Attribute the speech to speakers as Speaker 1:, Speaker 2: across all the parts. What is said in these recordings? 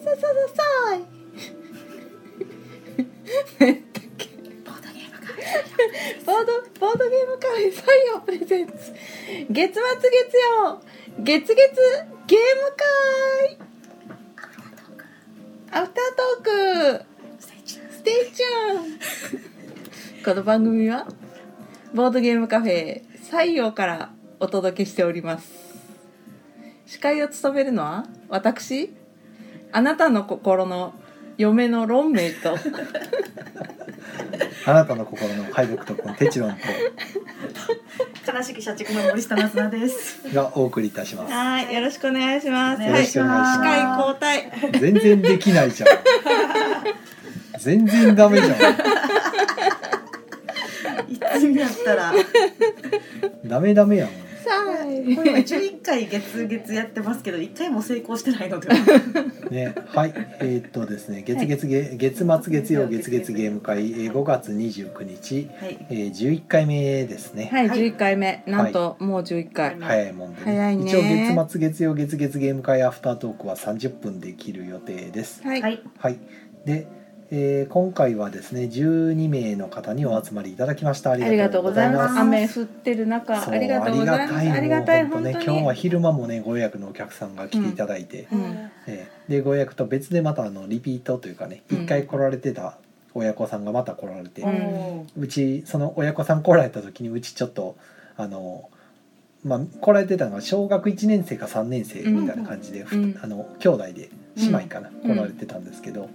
Speaker 1: ささい。何やったっけ
Speaker 2: ボードゲームか
Speaker 1: ボードボードゲームカフェ採用プレゼンツ月末月曜月月ゲーム会アフタートークステイチューンこの番組はボードゲームカフェ採用からお届けしております司会を務めるのは私あなたの心の嫁のロンメイト
Speaker 3: あなたの心の敗北とこのテチロン
Speaker 2: 悲しき社畜の森下夏菜です。
Speaker 3: とがお送りいたします。
Speaker 1: はいよろしくお願いします
Speaker 3: よろしくお願いします
Speaker 1: はい、司会交代
Speaker 3: 全然できないじゃん。全然ダメじゃ
Speaker 2: いつになったら、
Speaker 3: ん。ダメダメやん。
Speaker 1: さ
Speaker 2: これ今十一回月月やってますけど、一回も成功してないので。
Speaker 3: ね、はい、えーっとですね、月月月月末月曜月月ゲーム会、えー5月29日、
Speaker 2: はい。
Speaker 3: えー、11回目ですね。
Speaker 1: はい、
Speaker 2: はい
Speaker 1: 11回目なんともう11回、
Speaker 2: はい
Speaker 3: 早いもんで、
Speaker 1: 早いね
Speaker 3: 一応月末月曜月月ゲーム会アフタートークは30分できる予定です。
Speaker 1: はい、
Speaker 2: はい。
Speaker 3: はい。で、えー今回はですね、12名の方にお集まりいただきました。あ
Speaker 1: ありがとうございます
Speaker 2: ありがとうござい
Speaker 1: 雨
Speaker 2: ま
Speaker 1: 降ってる中
Speaker 3: そう
Speaker 1: ありがとうございますありがたい
Speaker 3: もう
Speaker 1: 本当に
Speaker 3: ね今日は昼間もねご予約のお客さんが来ていただいて、
Speaker 1: うん
Speaker 3: えーでご予約と別でまたあのリピートというかね
Speaker 1: うん
Speaker 3: 一回来られてた親子さんがまた来られて、
Speaker 1: う
Speaker 3: うんちその親子さん来られた時にうちちょっとあの。まあ、来られてたのが小学1年生か3年生みたいな感じで、ふ
Speaker 1: うん
Speaker 3: あの兄弟で姉妹かな、
Speaker 1: うん
Speaker 3: 来られてたんですけど、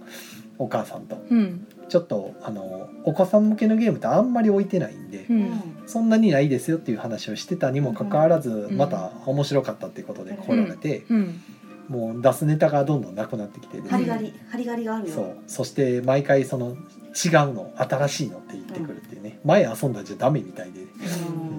Speaker 3: お母さんと
Speaker 1: うん
Speaker 3: ちょっとあのお子さん向けのゲームってあんまり置いてないんで、
Speaker 1: う
Speaker 2: うんん。
Speaker 3: そんなにないですよっていう話をしてたにもかかわらず、
Speaker 1: ん
Speaker 3: また面白かったっていうことで来られて、
Speaker 1: うん
Speaker 3: もう出すネタがどんどんなくなってきてです
Speaker 2: ハリ
Speaker 1: が
Speaker 2: ガ
Speaker 3: ね、
Speaker 2: リ、ハリガリがあるよ。
Speaker 3: そうそして毎回その違うの新しいのって言ってくるっていうね、前遊んだんじゃダメみたいで
Speaker 2: うん。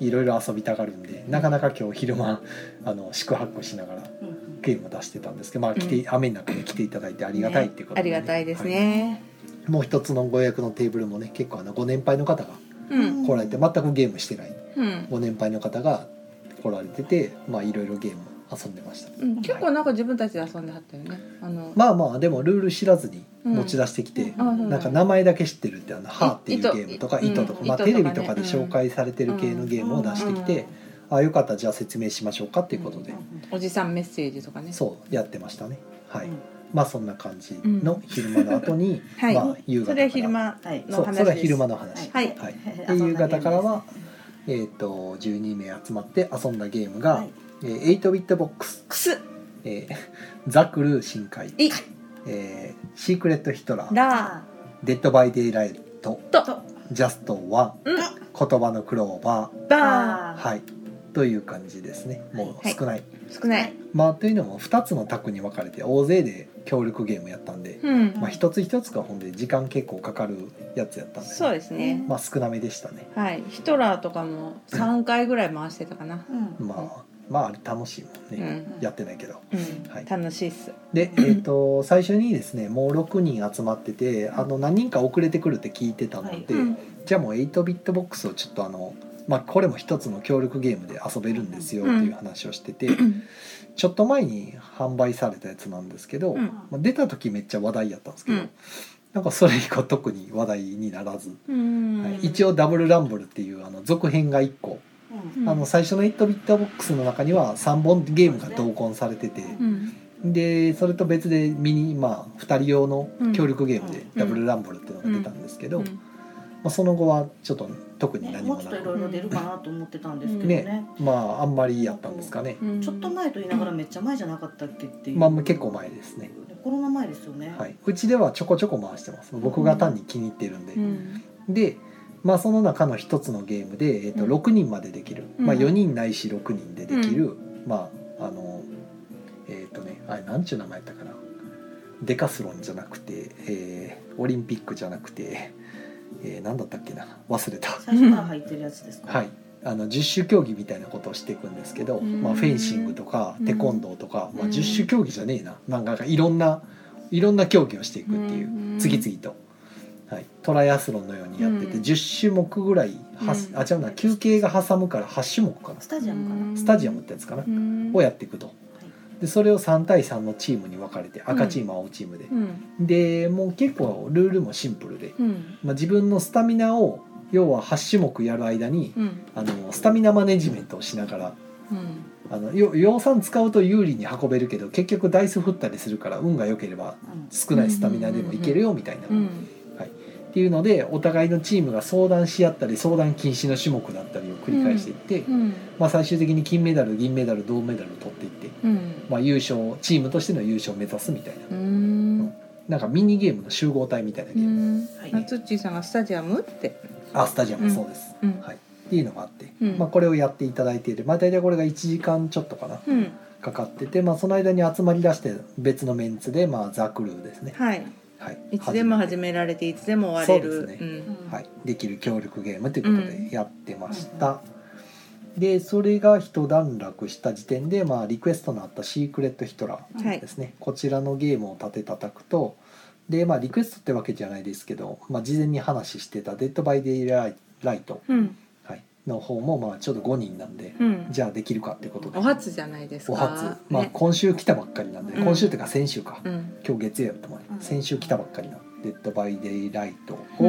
Speaker 3: いろいろ遊びたがるんでなかなか今日昼間あの宿泊しながら
Speaker 2: うん
Speaker 3: ゲームを出してたんですけど、まあ来て雨の中に来ていただいてありがたいっていうこと
Speaker 1: あ
Speaker 3: で
Speaker 1: り
Speaker 3: ね
Speaker 1: がたいです
Speaker 3: は
Speaker 1: ね、
Speaker 3: いもう一つのご予約のテーブルもね結構あのご年配の方が
Speaker 1: うん
Speaker 3: 来られて全くゲームしてない
Speaker 1: うん
Speaker 3: ご年配の方が来られててまあいろいろゲーム遊んでました
Speaker 1: うん、結構なんか自分たちで遊んではったよねあの、
Speaker 3: まあまあでもルール知らずに
Speaker 1: うん
Speaker 3: 持ち出してきて、
Speaker 1: あそうだね
Speaker 3: なんか名前だけ知ってるってあの「ハーっていうゲ
Speaker 1: 糸
Speaker 3: ームとか「
Speaker 1: うん
Speaker 3: 糸」とか、
Speaker 1: 糸
Speaker 3: まあ、
Speaker 1: とか
Speaker 3: テ
Speaker 1: ね
Speaker 3: レビとかで紹介されてる系のゲームを出してきて、あよかったじゃあ説明しましょうかっていうことで、
Speaker 1: おじさんメッセージとかね
Speaker 3: そうやってましたねはい、
Speaker 2: うん
Speaker 3: まあそんな感じの昼間の後に、
Speaker 1: はい、
Speaker 3: まあ夕方
Speaker 1: それは昼間
Speaker 2: はい。
Speaker 1: の
Speaker 3: そう
Speaker 1: 話
Speaker 3: それは
Speaker 1: です
Speaker 3: 昼間の話
Speaker 1: はい
Speaker 3: で夕方からは、えー、と12名集まって遊んだゲームが、
Speaker 2: はい
Speaker 3: えー8ビットボックス
Speaker 1: くす
Speaker 3: えー ザクルー深海、
Speaker 1: い
Speaker 3: えーシークレットヒトラー
Speaker 1: ら
Speaker 3: デッドバイデイライト
Speaker 1: と
Speaker 3: ジャストワン
Speaker 1: うん
Speaker 3: 言葉のクローバ
Speaker 1: ば
Speaker 3: ーはいという感じですねもう
Speaker 1: はい
Speaker 3: 少ない、
Speaker 1: 少ない
Speaker 3: まあというのも2つの卓に分かれて大勢で協力ゲームやったんで、
Speaker 1: うん
Speaker 3: まあ、一つ一つがほんで時間結構かかるやつやったんで、
Speaker 1: そうですね、
Speaker 3: まあ少なめでしたね
Speaker 1: はいヒトラーとかも3回ぐらい回してたかな
Speaker 2: うん
Speaker 3: まあまああれ楽しいもん
Speaker 1: う
Speaker 3: ね、
Speaker 1: ん、
Speaker 3: やってないけど
Speaker 1: うん
Speaker 3: はい
Speaker 1: 楽しいっす
Speaker 3: で、え ー、と最初にですねもう6人集まっててあの何人か遅れてくるって聞いてたので、
Speaker 1: うん
Speaker 3: じゃあもう8ビットボックスをちょっとあの、まあ、これも一つの協力ゲームで遊べるんですよっていう話をしてて、ちょっと前に販売されたやつなんですけど、
Speaker 1: うん
Speaker 3: まあ、出た時めっちゃ話題やったんですけど、
Speaker 1: うん
Speaker 3: なんかそれ以降特に話題にならず、
Speaker 1: うん
Speaker 3: はい一応「ダブルランブル」っていうあの続編が1個、
Speaker 2: うん
Speaker 1: うん
Speaker 3: あの最初の8ビットボックスの中には3本ゲームが同梱されてて。
Speaker 1: うん
Speaker 3: でそれと別でミニ、まあ、2人用の協力ゲームで
Speaker 2: うん
Speaker 3: ダブルランブルっていうのが出たんですけど、
Speaker 1: うん
Speaker 3: まあ、その後はちょっと特に
Speaker 2: ね、
Speaker 3: 何
Speaker 2: も
Speaker 3: も
Speaker 2: うちょ
Speaker 3: な
Speaker 2: っといろ
Speaker 3: く、
Speaker 2: いろ出るかなと思ってたんですけどね。
Speaker 3: まああんまりやったんですかね、
Speaker 1: うん
Speaker 2: ちょっと前と言いながらめっちゃ前じゃなかったっけっていう。
Speaker 3: まあ結構前ですね、
Speaker 2: コロナ前ですよね。
Speaker 3: はい、うちではちょこちょこ回してます僕が単に気に入ってるんで、
Speaker 1: うん
Speaker 3: で、まあ、その中の一つのゲームで、えっと
Speaker 1: うん
Speaker 3: 6人までできる、
Speaker 1: うん
Speaker 3: まあ、4人ないし6人でできる、まああのえっ、とねあれなんちゅう名前やったかなデカスロンじゃなくて、えーオリンピックじゃなくて、えー、何だったっけな忘れた
Speaker 2: 最初から入ってるやつですか。
Speaker 3: はいあの10種競技みたいなことをしていくんですけど、
Speaker 1: うん
Speaker 3: まあ、フェンシングとか
Speaker 1: うん
Speaker 3: テコンドーとか、まあ、
Speaker 1: うん
Speaker 3: 10種競技じゃねえななんかいろんないろんな競技をしていくっていうう、
Speaker 1: ん
Speaker 3: 次々と、はい、トライアスロンのようにやってて、
Speaker 1: うん
Speaker 3: 10種目ぐらいはす、
Speaker 1: うん
Speaker 3: あ違うな休憩が挟むから8種目かな
Speaker 2: スタジアムかな。
Speaker 3: スタジアムってやつかな、
Speaker 1: うん
Speaker 3: をやっていくと。でそれを3対3のチームに分かれて赤チーム青チームで、
Speaker 1: うん
Speaker 3: でもう結構ルールもシンプルで、
Speaker 1: うん
Speaker 3: まあ、自分のスタミナを要は8種目やる間に、
Speaker 1: うん
Speaker 3: あのスタミナマネジメントをしながら
Speaker 1: うん
Speaker 3: あのよ養酸使うと有利に運べるけど結局ダイス振ったりするから運が良ければ
Speaker 2: うん
Speaker 3: 少ないスタミナでもいけるよみたいな、
Speaker 1: う
Speaker 3: っ
Speaker 1: ん
Speaker 3: ていうのでお互いのチームが相談し合ったり相談禁止の種目だったりを繰り返していって、
Speaker 1: うん
Speaker 3: まあ、最終的に金メダル銀メダル銅メダルを取っていって、
Speaker 1: うん
Speaker 3: まあ、優勝チームとしての優勝を目指すみたいな
Speaker 1: うん
Speaker 3: なんかミニゲームの集合体みたいなゲ
Speaker 1: う
Speaker 3: ーム、
Speaker 1: ん
Speaker 2: はい
Speaker 1: なつっちーさんがスタジアムって
Speaker 3: あスタジアムそうです、
Speaker 1: うん
Speaker 3: はい、っていうのがあって、
Speaker 1: うん
Speaker 3: まあ、これをやっていただいている、まあ、大体これが1時間ちょっとかな
Speaker 1: うん
Speaker 3: かかってて、まあ、その間に集まり出して別のメンツで、まあ、ザ・クルーですね、
Speaker 1: はい
Speaker 3: はい、
Speaker 1: いつでも始
Speaker 3: め
Speaker 1: められていつでも終われる
Speaker 3: そうですね
Speaker 1: ん
Speaker 2: うん
Speaker 3: はい、できる協力ゲームということ
Speaker 1: うん
Speaker 3: でやってました、でそれが一段落した時点で、まあ、リクエストのあった「シークレット・ヒトラー」
Speaker 1: はい
Speaker 3: ですねこちらのゲームを立て叩くとで、まあ、リクエストってわけじゃないですけど、まあ、事前に話してた「デッド・バイ・デイ・ライト
Speaker 1: うん」
Speaker 3: はい、の方もまあちょうど5人なんで、
Speaker 1: うん
Speaker 3: じゃあできるかってことで
Speaker 1: お初じゃないですか
Speaker 3: お初まあ、
Speaker 1: ね
Speaker 3: 今週来たばっかりなんで、
Speaker 1: うん
Speaker 3: 今週っていうか先週か、
Speaker 1: うん
Speaker 3: 今日月曜やったもんね、
Speaker 2: うん
Speaker 3: 先週来たばっかりの「デッド・バイ・デイ・ライトを」
Speaker 1: うん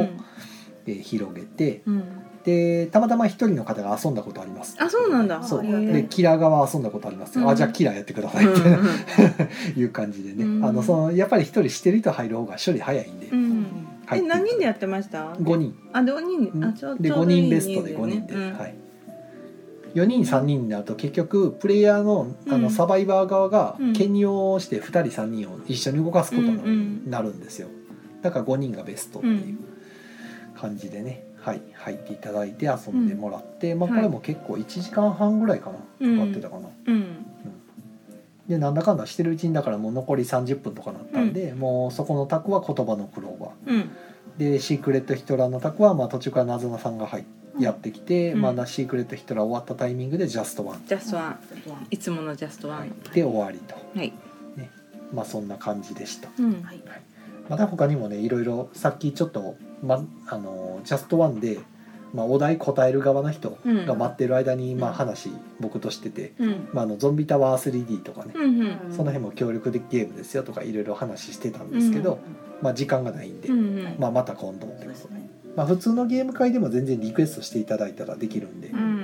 Speaker 3: えー広げて
Speaker 1: うん
Speaker 3: でたまたま一人の方が遊んだことあります
Speaker 1: あそうなんだ
Speaker 3: そう
Speaker 1: へー
Speaker 3: でキラー側遊んだことあります、
Speaker 1: うん
Speaker 3: あじゃあキラーやってくださいって、
Speaker 1: う
Speaker 3: いう感じでね、
Speaker 1: うん
Speaker 3: あのそのやっぱり一人してる人入る方が処理早いんで、
Speaker 1: んう
Speaker 2: うんん
Speaker 3: 入
Speaker 1: え
Speaker 3: って
Speaker 1: 何人でやってました
Speaker 3: 5人
Speaker 1: あで5人であちょ
Speaker 3: で
Speaker 1: ちょ
Speaker 3: 5
Speaker 1: うどいい
Speaker 3: 人ベストで5人で、
Speaker 1: うん
Speaker 3: はい、4人3人になると結局プレイヤーのあ
Speaker 1: う
Speaker 3: の
Speaker 1: ん
Speaker 3: サバイバー側が
Speaker 1: うん
Speaker 3: 兼用して2人3人を一緒に動かすこと
Speaker 1: うんうん
Speaker 3: になるんですよだから5人がベストっていう感じでね、はい、入っていただいて遊んでもらって、まあ、これも結構1時間半ぐらいかなか
Speaker 1: うん
Speaker 3: かってたかな。
Speaker 1: うん
Speaker 3: でなんだかんだしてるうちにだからもう残り30分とかなったんで、もうそこの卓は言葉の苦労が
Speaker 1: うん
Speaker 3: でシークレットヒトラーの卓はまあ途中から謎のさんが入っやってきて、
Speaker 1: うん
Speaker 3: まだシークレットヒトラー終わったタイミングでジャストワン、
Speaker 1: ジャストワン
Speaker 2: うん
Speaker 1: いつものジャストワ
Speaker 3: はい
Speaker 1: ン
Speaker 3: で終わりと
Speaker 1: はい
Speaker 3: まあそんな感じでした
Speaker 1: うん
Speaker 2: はい
Speaker 3: また他にもねいろいろさっきちょっと、ま、あのジャストワンで、まあ、お題答える側の人
Speaker 1: うん
Speaker 3: が待ってる間に、ま
Speaker 1: う
Speaker 3: あ、
Speaker 1: ん
Speaker 3: 話僕としてて、
Speaker 1: うん
Speaker 3: まあ、あのゾンビタワー 3D とかね、
Speaker 1: うんうん
Speaker 2: うん
Speaker 3: その辺も協力でゲームですよとかいろいろ話してたんですけど、まあ、時間がないんで、
Speaker 1: うんうん
Speaker 3: まあ、また今度って
Speaker 2: そう
Speaker 3: こ
Speaker 2: です
Speaker 3: とで、
Speaker 2: ね
Speaker 3: まあ、普通のゲーム会でも全然リクエストしていただいたらできるんで、
Speaker 1: うん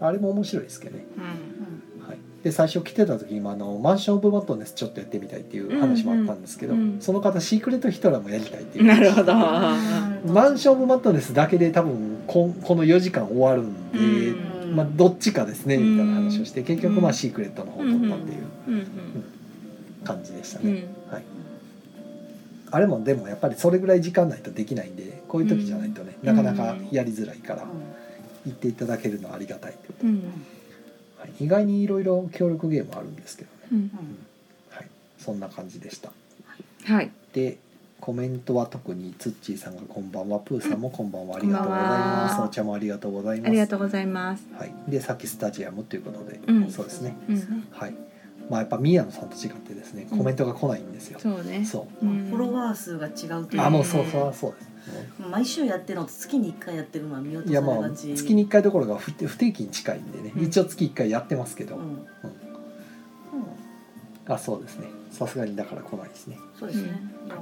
Speaker 3: あれも面白いですけどね
Speaker 1: うん
Speaker 3: はい、で最初来てた時にもあのマンション・オブ・マットネスちょっとやってみたいっていう話もあったんですけど、
Speaker 1: うんうんうん
Speaker 3: その方シークレット・ヒトラーもやりたいっていう
Speaker 1: なるほど
Speaker 3: マンション・オブ・マットネスだけで多分ここの4時間終わるんで、
Speaker 1: う
Speaker 3: まあ、どっちかですねみたいな話をして結局
Speaker 1: う
Speaker 3: まあ
Speaker 1: ん
Speaker 3: シークレットの方を取ったっていう
Speaker 1: うん
Speaker 3: 感じでした
Speaker 1: う
Speaker 3: ね、
Speaker 1: ん
Speaker 3: はい、あれもでもやっぱりそれぐらい時間ないとできないんでこういう時じゃないとね、
Speaker 1: うん
Speaker 3: なかなかやりづらいから
Speaker 2: う
Speaker 3: 行っていただけるのはありがたいってこと、
Speaker 1: うん
Speaker 3: はい、意外にいろいろ協力ゲームあるんですけどね、
Speaker 1: うん
Speaker 2: んうん
Speaker 3: はい、そんな感じでした
Speaker 1: はい
Speaker 3: でコメントは特にツッチーさんがこんばんはプーさんもこんばんはありがとうございま
Speaker 1: こんばん
Speaker 3: す
Speaker 1: は
Speaker 3: お茶もありがとうございます
Speaker 1: ありがとうございます
Speaker 3: はい、でさっきスタジアムということで、
Speaker 1: うん
Speaker 3: そうですね
Speaker 1: うん
Speaker 3: はいまあやっぱ宮野さんと違ってですねコメントが来ないんですよ、
Speaker 1: そうね
Speaker 3: そう
Speaker 2: まあ
Speaker 1: ん
Speaker 2: フォロワー数が違うとい
Speaker 1: ん
Speaker 2: う
Speaker 3: あもうそうそうそうですも
Speaker 2: 毎週やってるのと月に1回やってるのは見落
Speaker 3: う
Speaker 2: と
Speaker 3: い
Speaker 2: さ
Speaker 3: や
Speaker 2: れ
Speaker 3: まあ
Speaker 2: がち
Speaker 3: 月に1回どころか不定不定期に近いんでね、
Speaker 1: うん
Speaker 3: 一応月1回やってますけど、
Speaker 2: うんうん
Speaker 3: あそうですねさすがにだから来ないですね
Speaker 2: そうですね
Speaker 1: う
Speaker 2: いや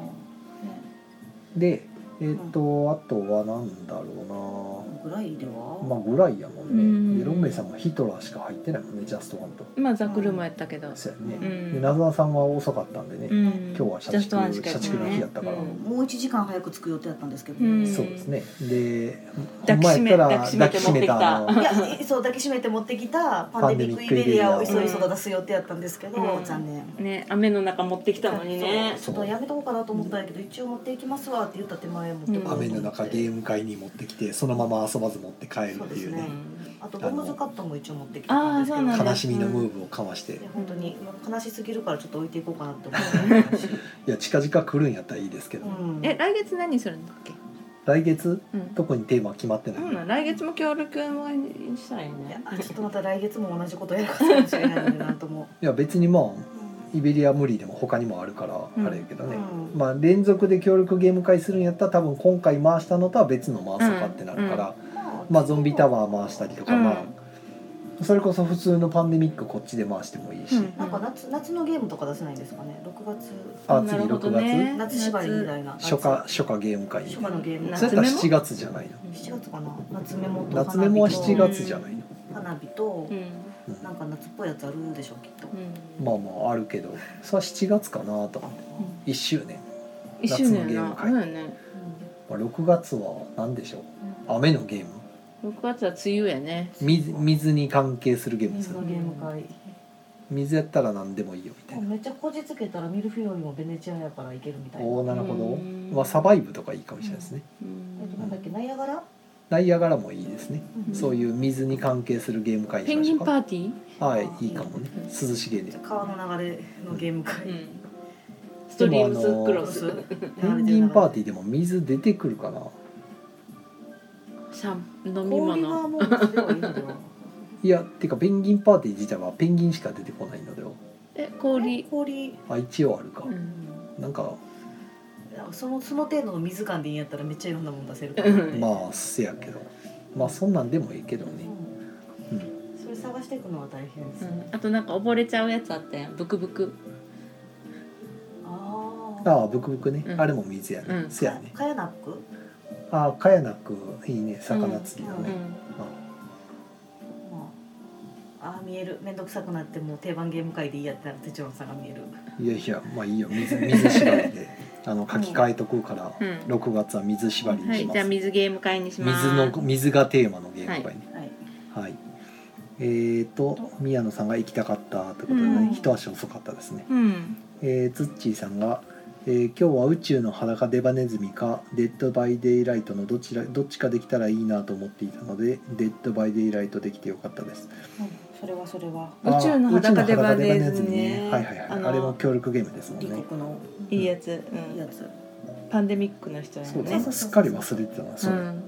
Speaker 3: でえっ、と、あとはなんだろ
Speaker 2: ねぐらいで
Speaker 3: うなま
Speaker 2: は
Speaker 3: あぐらいやもんね、
Speaker 1: うん
Speaker 3: でロンメイさんもヒトラーしか入ってないもんねジャストワンと
Speaker 1: まあザクルもやったけど
Speaker 3: そうやね、
Speaker 1: うん
Speaker 3: でなずなさんは遅かったんでね、
Speaker 1: 今
Speaker 3: 今日は社畜社畜の日やったから
Speaker 2: もう1時間早く着く予定だったんですけ
Speaker 1: う
Speaker 2: ど
Speaker 1: ん
Speaker 2: ね
Speaker 3: そうですねで
Speaker 1: 抱きしめ
Speaker 3: ほんまやったら
Speaker 1: 抱きしめて持ってきた
Speaker 3: 抱きしめ
Speaker 2: いや えそう抱きしめて持ってきたパンデミックイベリアをいそいそと出す予定やったんですけど、
Speaker 1: うん
Speaker 2: 残念
Speaker 1: ね雨の中持ってきたのにね
Speaker 2: そうちょっとやめとこうかなと思ったんやけど一応持っていきますわって言った手前持って
Speaker 3: た
Speaker 1: うん
Speaker 3: 雨の中ゲーム会に持ってきてそのまま遊ばず持って帰るっていう
Speaker 2: そうです
Speaker 3: ね
Speaker 2: ねあとゴムズカットも一応持ってき
Speaker 1: あ
Speaker 2: た
Speaker 1: ー
Speaker 2: んですけど
Speaker 1: そうなんだ
Speaker 3: 悲しみのムーブをかまして、
Speaker 2: い
Speaker 3: い
Speaker 2: や本当に悲しすぎるからちょっと置いていこうかなって思ったし、
Speaker 3: や近々来るんやったらいいですけど、
Speaker 2: うん、
Speaker 1: え来月何するんだっけ
Speaker 3: 来月
Speaker 1: うん
Speaker 3: 特にテーマ決まってない、
Speaker 1: そうなん来月も協力もしたらいい
Speaker 2: い
Speaker 1: ね
Speaker 2: やちょっとまた来月も同じことやるかもしれないのでなんとも、
Speaker 3: いや別にまあイベリア無理でも他にもあるから
Speaker 1: うん
Speaker 3: あれやけど
Speaker 2: うん
Speaker 3: ね、まあ連続で協力ゲーム会するんやったら多分今回回したのとは別の回そうかってなるから、まあゾンビタワー回したりとか、
Speaker 1: うん
Speaker 3: まあそれこそ普通のパンデミックこっちで回してもいいし、
Speaker 1: うん
Speaker 2: なんか夏夏のゲームとか出せないんですかね。6月
Speaker 3: あ
Speaker 1: な
Speaker 3: 次
Speaker 1: るほど
Speaker 3: 6月、
Speaker 1: ね
Speaker 2: 夏縛りみたいな。
Speaker 3: 初夏初夏ゲーム会
Speaker 2: 夏
Speaker 3: に
Speaker 2: 初夏のゲーム。
Speaker 1: 夏
Speaker 3: それやったら7月じゃないの
Speaker 2: 7月かな。夏メモと
Speaker 3: 夏メモは
Speaker 2: 花
Speaker 3: 7
Speaker 2: 火と
Speaker 3: 月じゃないの、
Speaker 2: 花火と
Speaker 1: う、ん
Speaker 3: うん
Speaker 2: なんか夏っぽいやつあるでしょきっと。
Speaker 1: うん
Speaker 3: まあまああるけどそれは7月かなと思って
Speaker 1: うん
Speaker 3: 1周年、
Speaker 1: 一周年やな
Speaker 3: 夏のゲーム会
Speaker 1: そうやね
Speaker 3: まあ、6月は何でしょう雨のゲーム
Speaker 1: 6月は梅雨やね
Speaker 3: 水水に関係するゲームです
Speaker 2: 夏
Speaker 3: る
Speaker 2: のゲーム会。
Speaker 3: 水やったら何でもいいよみたいな、
Speaker 2: めっちゃこじつけたらミルフィーユよりもベネチアやからいけるみたいな。
Speaker 3: おおなるほど、
Speaker 1: うん
Speaker 3: まあ、サバイブとかいいかもしれないですね、
Speaker 1: う
Speaker 2: えっと
Speaker 1: ん
Speaker 2: なんだっけナイアガラ？
Speaker 3: ナイアガラもいいですね、
Speaker 1: うん
Speaker 3: そういう水に関係するゲーム会に
Speaker 1: ペ
Speaker 3: し
Speaker 1: ン
Speaker 3: ま
Speaker 1: ギ
Speaker 3: しょ
Speaker 1: ン
Speaker 3: う
Speaker 1: パ
Speaker 3: か
Speaker 1: ーティ
Speaker 3: はいいいかもね涼しげで
Speaker 2: じゃあ川の流れのゲーム会。
Speaker 1: ーうんストリームスクロス
Speaker 2: でも
Speaker 3: ペンギンパーティ
Speaker 2: ィ
Speaker 3: ーでも水出てくるかな
Speaker 1: シャン飲
Speaker 2: ー
Speaker 1: み
Speaker 2: 氷は
Speaker 1: 物
Speaker 2: もうすればいいのではい
Speaker 3: やてかペンギンパーティー自体はペンギンしか出てこないので
Speaker 1: え
Speaker 2: 氷
Speaker 1: 氷
Speaker 2: 氷、
Speaker 3: あ一応あるか、
Speaker 1: うん
Speaker 3: なんか
Speaker 2: そのその程度の水感でいいんやったらめっちゃいろんなもん出せるから
Speaker 1: うん
Speaker 3: まあせやけどまあそんなんでもいいけどね、うん、
Speaker 2: それ探していくのは大変です
Speaker 1: う
Speaker 2: ね、
Speaker 1: んあとなんか溺れちゃうやつあったやんブクブク
Speaker 2: あー
Speaker 3: ああブクブクね、
Speaker 1: うん
Speaker 3: あれも水やね、
Speaker 1: うん
Speaker 3: せやね
Speaker 2: カヤナック
Speaker 3: ああカヤナックいいね魚釣りだ
Speaker 1: う
Speaker 3: ね、
Speaker 1: ん
Speaker 2: まああー見える面倒くさくなってもう定番ゲーム会でいいやったらテチロンさんが見える
Speaker 3: いやいやまあいいよ水水縛り であの書き換えとくから、
Speaker 1: うん
Speaker 3: 6月は水縛りに
Speaker 1: は
Speaker 3: し
Speaker 1: い
Speaker 3: ま
Speaker 1: じ
Speaker 3: す、
Speaker 1: ゃあ水ゲーム会にします
Speaker 3: 水の水がテーマのゲーム会ね
Speaker 2: はい
Speaker 3: はい、えー、と宮野さんが行きたかったということで、ね
Speaker 1: うん
Speaker 3: 一足遅かったですね
Speaker 1: うん
Speaker 3: えー、ツッチーさんが、えー今日は宇宙の裸デバネズミかデッド・バイ・デイ・ライトのどちらどっちかできたらいいなと思っていたのでデッド・バイ・デイ・ライトできてよかったです
Speaker 2: それはそれは
Speaker 1: 宇宙の裸
Speaker 3: あー
Speaker 1: デバ
Speaker 3: 宇宙の
Speaker 1: ネ
Speaker 3: 裸
Speaker 1: ズミね
Speaker 3: はいはいはい
Speaker 1: あ
Speaker 3: あ
Speaker 1: の
Speaker 3: れも協力ゲームですもん
Speaker 2: 李
Speaker 3: ね
Speaker 2: 国の
Speaker 1: いいやつ、う
Speaker 2: いいや
Speaker 1: ん、
Speaker 2: つ、
Speaker 1: パンデミックの人や
Speaker 3: そう
Speaker 1: ね
Speaker 3: だ
Speaker 2: そうそうそう
Speaker 3: すっかり忘れてたなそれ、
Speaker 1: ん、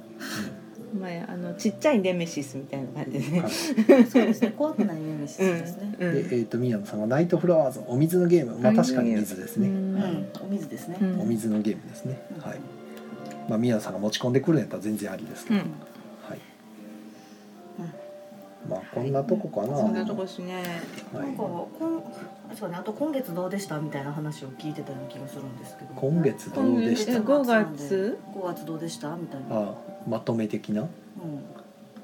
Speaker 1: 前あのちっちゃいネメシスみたいな 感じでね
Speaker 3: はい
Speaker 2: そうですね怖くないようにし
Speaker 1: う
Speaker 2: て
Speaker 1: ん
Speaker 2: ですね、
Speaker 1: うん
Speaker 3: で、えー、と宮野さんが「ナイト・フラワーズ」お水のゲームまあ確かに水ですね、
Speaker 2: うんんお水ですね、
Speaker 1: うん
Speaker 3: お水のゲームですね、
Speaker 2: うん
Speaker 3: はい、まあ、宮野さんが持ち込んでくるんやったら全然ありですけ
Speaker 1: う
Speaker 3: ど、
Speaker 1: ん
Speaker 3: はいまあこんなとこかな、
Speaker 1: そんなとこですね
Speaker 3: は
Speaker 2: なん
Speaker 3: い
Speaker 2: かこんあそうねあと今月どうでしたみたいな話を聞いてたような気がするんですけど
Speaker 3: 今月どうでし
Speaker 1: 今
Speaker 3: た
Speaker 1: 月5月
Speaker 2: 5月どうでしたみたいな、うん、
Speaker 3: あまとめ的な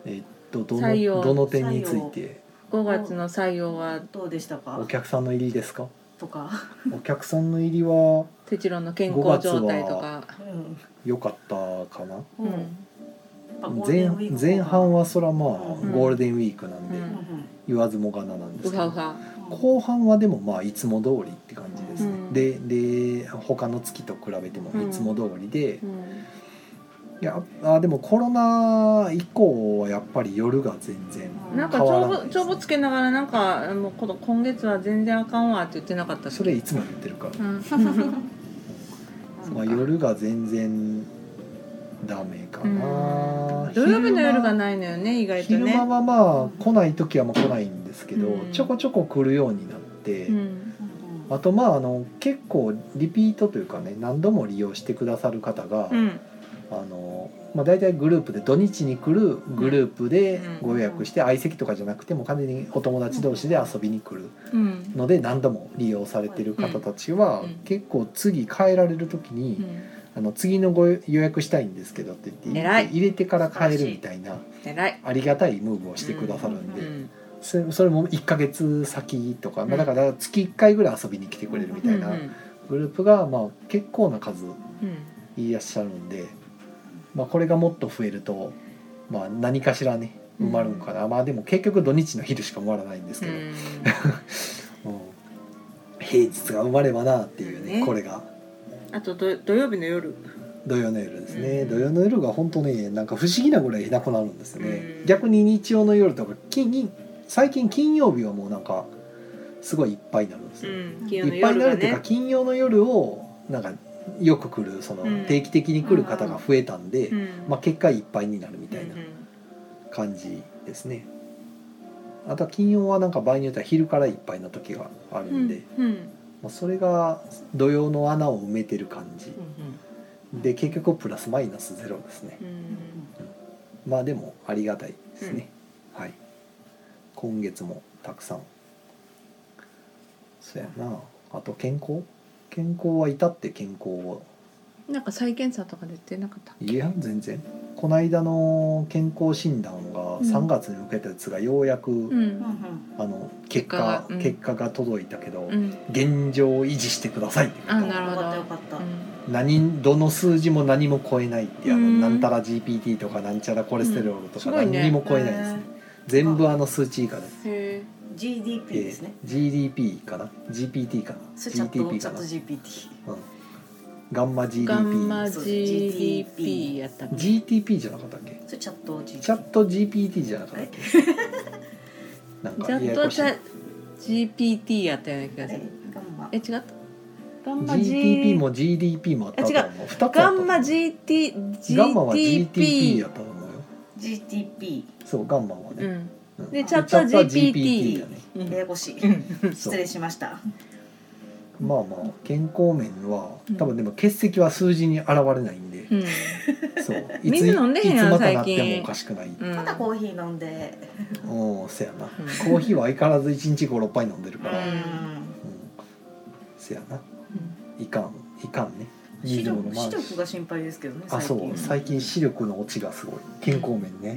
Speaker 3: えっとど
Speaker 1: 採用
Speaker 3: のどの点について
Speaker 1: 5月の採用は
Speaker 2: どうでしたか
Speaker 3: お客さんの入りですか
Speaker 2: とか、
Speaker 3: お客さんの入りは
Speaker 1: テチロンの健康状態と
Speaker 3: 五月
Speaker 1: か、
Speaker 2: うん
Speaker 3: 良かったかな
Speaker 1: うん
Speaker 2: やっぱゴールデ
Speaker 3: 前
Speaker 2: ンウィーク
Speaker 3: 前半はそらまあ
Speaker 2: うん
Speaker 3: ゴールデンウィークなんで
Speaker 1: う
Speaker 2: うんんうん
Speaker 3: 言わずもがななんで
Speaker 1: う
Speaker 3: すけ
Speaker 1: はう
Speaker 3: ど
Speaker 1: は
Speaker 3: 後半はでもまあいつも通りって感じですね、
Speaker 1: うん
Speaker 3: でで他の月と比べてもいつも通りで、
Speaker 1: うん
Speaker 3: いやあでもコロナ以降はやっぱり夜が全然
Speaker 1: なんか
Speaker 3: 変わ
Speaker 1: 帳
Speaker 3: らない
Speaker 1: 簿
Speaker 3: ですね
Speaker 1: 帳簿つけながらなんかもうこの今月は全然あかんわって言ってなかったし
Speaker 3: それいつも言ってるから
Speaker 1: う、ん
Speaker 3: まあ、夜が全然ダメかな、
Speaker 1: 土曜日の夜がないのよね意外と
Speaker 3: 昼間
Speaker 1: ね
Speaker 3: 昼間はまあ来ない時はまあ来ないんですけど、
Speaker 1: うん
Speaker 3: ちょこちょこ来るようになって、
Speaker 1: うん
Speaker 2: うん
Speaker 3: あとまああの結構リピートというかね何度も利用してくださる方が、
Speaker 1: うん
Speaker 3: あのまあ、大体グループで土日に来るグループで
Speaker 1: うん
Speaker 3: ご予約して相席とかじゃなくても完全にお友達同士で遊びに来る
Speaker 1: うん
Speaker 3: ので何度も利用されてる方たちは、
Speaker 1: うん
Speaker 3: 結構次帰られる時に。
Speaker 1: うん
Speaker 3: あの次のご予約したいんですけどって言って
Speaker 1: 偉い
Speaker 3: 入れてから帰るみたいな
Speaker 1: 偉い
Speaker 3: ありがたいムーブをしてくださるん
Speaker 1: う
Speaker 3: で、
Speaker 1: ん
Speaker 3: それそれも1ヶ月先とか、まあ、
Speaker 1: うん
Speaker 3: だから月1回ぐらい遊びに来てくれるみたいな
Speaker 1: うん
Speaker 3: グループがまあ結構な数
Speaker 1: うん
Speaker 3: いらっしゃるんで、まあ、これがもっと増えると、まあ、何かしらね埋まるんかな、まあでも結局土日の昼しか埋まらないんです
Speaker 1: う
Speaker 3: けど、
Speaker 1: ん
Speaker 3: うん平日が埋まればなっていうね
Speaker 1: ね
Speaker 3: これが
Speaker 1: あと土土曜日の夜
Speaker 3: 土曜の夜ですね、
Speaker 1: うん
Speaker 3: 土曜の夜が本当ねなんか不思議なぐらいなくなるんですよね、
Speaker 1: うん
Speaker 3: 逆に日曜の夜とか金銀最近金曜日はもうなんかすごいいっぱいになるんです
Speaker 1: う
Speaker 3: よ、
Speaker 1: ん金曜の
Speaker 3: いっぱい
Speaker 1: 夜
Speaker 3: になる
Speaker 1: が
Speaker 3: っていうか
Speaker 1: ね
Speaker 3: 金曜の夜をなんかよく来るその
Speaker 1: うん
Speaker 3: 定期的に来る方が増えたんで、
Speaker 1: うん
Speaker 3: まあ、結果いっぱいになるみたいな
Speaker 1: うん
Speaker 3: 感じですねあとは金曜はなんか場合によっては昼からいっぱいの時がある
Speaker 1: うん
Speaker 3: で、
Speaker 1: んうん
Speaker 3: まあ、それが土曜の穴を埋めてる感じで結局プラスマイナスゼロですね
Speaker 1: うん
Speaker 3: まあでもありがたいですね、はい今月もたくさんそうやなあと健康健康は至って健康を
Speaker 1: なんか再検査とか出てなかった
Speaker 3: いや全然この間の健康診断
Speaker 1: う
Speaker 3: が
Speaker 1: ん
Speaker 3: 3月に受けたやつがようやく、
Speaker 1: うん
Speaker 3: あの
Speaker 1: 結
Speaker 3: 結
Speaker 1: 果
Speaker 3: 果
Speaker 1: がうん
Speaker 3: 結果が届いたけど、
Speaker 1: うん
Speaker 3: 現状を維持してくださいって書いてあ
Speaker 1: あ
Speaker 3: る
Speaker 1: なるほど
Speaker 2: よかったよかった、
Speaker 3: 何どの数字も何も超えないっていうあの
Speaker 1: うん
Speaker 3: なんたら GPT とかなんちゃらコレステロールと
Speaker 1: す
Speaker 3: か
Speaker 1: ごいね
Speaker 3: 何にも超えないですね全部あの数値以下です、
Speaker 1: へ
Speaker 2: GDP
Speaker 3: え
Speaker 2: ですね、
Speaker 3: ー GDP かな GPT かな
Speaker 2: それチャット
Speaker 3: GTP
Speaker 2: チャッ
Speaker 3: かな
Speaker 2: ト GPT
Speaker 3: うんガンマ
Speaker 1: えガン
Speaker 3: GDP
Speaker 1: マ GDP やったっけ
Speaker 3: GTP じゃなかったっけ
Speaker 2: それチャット GPT
Speaker 3: チャット GPT じゃなかったっけなんか
Speaker 1: チャ
Speaker 3: や
Speaker 1: ッ
Speaker 3: や
Speaker 1: ト
Speaker 3: こし
Speaker 1: チ
Speaker 3: い
Speaker 1: ャ GPT やったような気がす
Speaker 2: え
Speaker 1: る
Speaker 2: ガンマ
Speaker 1: え違ったガンマ
Speaker 3: GTP
Speaker 1: G
Speaker 3: も GDP もあったと思う2つあった
Speaker 1: ガンマ GT
Speaker 3: ガンマは GTP
Speaker 1: GTP
Speaker 3: やったと思うよ
Speaker 2: GTP
Speaker 3: そうガンマは
Speaker 1: う
Speaker 3: ね、
Speaker 1: ん
Speaker 3: うん
Speaker 1: でチャットは
Speaker 3: GPT
Speaker 1: GPT
Speaker 3: だね
Speaker 1: うん
Speaker 2: ややこしい、
Speaker 1: うん
Speaker 2: 失礼しました
Speaker 3: まあまあ健康面は
Speaker 1: うん
Speaker 3: 多分でも欠席は数字に現れないんで、
Speaker 1: うん
Speaker 3: そうい
Speaker 1: みんな飲んでへんやん
Speaker 3: いつまたなっ
Speaker 1: 最
Speaker 3: て
Speaker 1: 近
Speaker 3: もおかしくない、うん、
Speaker 1: うん
Speaker 2: まだコーヒー飲んで
Speaker 3: せやな、コーヒーは相変わらず1日56杯飲んでる
Speaker 2: う
Speaker 3: から、うん
Speaker 2: ん
Speaker 3: せやな
Speaker 1: うん
Speaker 3: いかんいかんね
Speaker 2: 視
Speaker 3: いい
Speaker 2: 力
Speaker 3: まあ
Speaker 2: 視力が心配ですけどね
Speaker 3: あ
Speaker 2: 最近
Speaker 3: そう最近視力の落ちがすごい健康面ね、
Speaker 1: う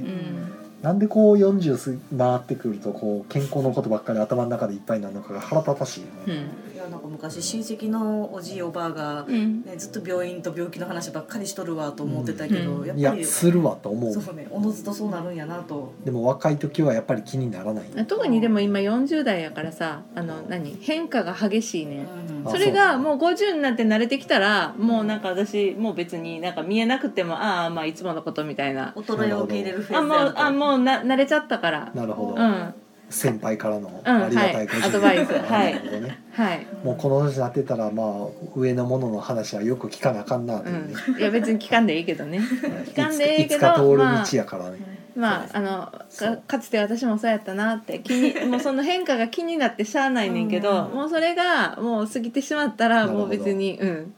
Speaker 1: ん
Speaker 3: なんでこう40過ぎ回ってくるとこう健康のことばっかり頭の中でいっぱいになるのかが腹立たしいよ
Speaker 1: う
Speaker 3: ね、
Speaker 1: ん
Speaker 2: いやなんか昔親戚のおじいおばあが、
Speaker 1: うん
Speaker 2: ね、ずっと病院と病気の話ばっかりしとるわと思ってたけど、
Speaker 1: うん
Speaker 2: や
Speaker 3: い
Speaker 2: っぱ
Speaker 3: や
Speaker 2: り
Speaker 3: するわと思う
Speaker 2: そうねおのずとそうなるんやなと
Speaker 3: でも若い時はやっぱり気にならない
Speaker 1: 特にでも今40代やからさあの何変化が激しいね
Speaker 3: あ
Speaker 1: それが
Speaker 3: そう
Speaker 1: もう50になって慣れてきたらもうなんか私もう別になんか見えなくてもああまあいつものことみたいな
Speaker 2: 衰えを受け入れるフェ
Speaker 1: あ
Speaker 2: ーズ
Speaker 1: も
Speaker 2: や
Speaker 1: う
Speaker 2: なと
Speaker 1: あもうな慣れちゃったから
Speaker 3: なるほ
Speaker 1: う
Speaker 3: ど、
Speaker 1: んは
Speaker 3: 先輩からの
Speaker 1: うん
Speaker 3: ありがた
Speaker 1: はいい
Speaker 3: ご指
Speaker 1: アドバイス
Speaker 3: 摘
Speaker 1: はい
Speaker 3: なるほどね
Speaker 1: い
Speaker 3: もうこの年になってたらまあ上の者の話はよく聞かなあかんなと
Speaker 1: う
Speaker 3: いうね、
Speaker 1: んいや別に聞かんでいいけど ね
Speaker 3: はい
Speaker 1: 聞かんでいい
Speaker 3: いつい
Speaker 1: け
Speaker 3: つ
Speaker 1: ど
Speaker 3: か通る道やからね、
Speaker 1: まああの
Speaker 3: そ
Speaker 1: か
Speaker 3: う
Speaker 1: かつて私もそうやったなって気 にもうその変化が気になってしゃあないねんけど
Speaker 2: うん
Speaker 1: もうそれがもう過ぎてしまったらもう別にうん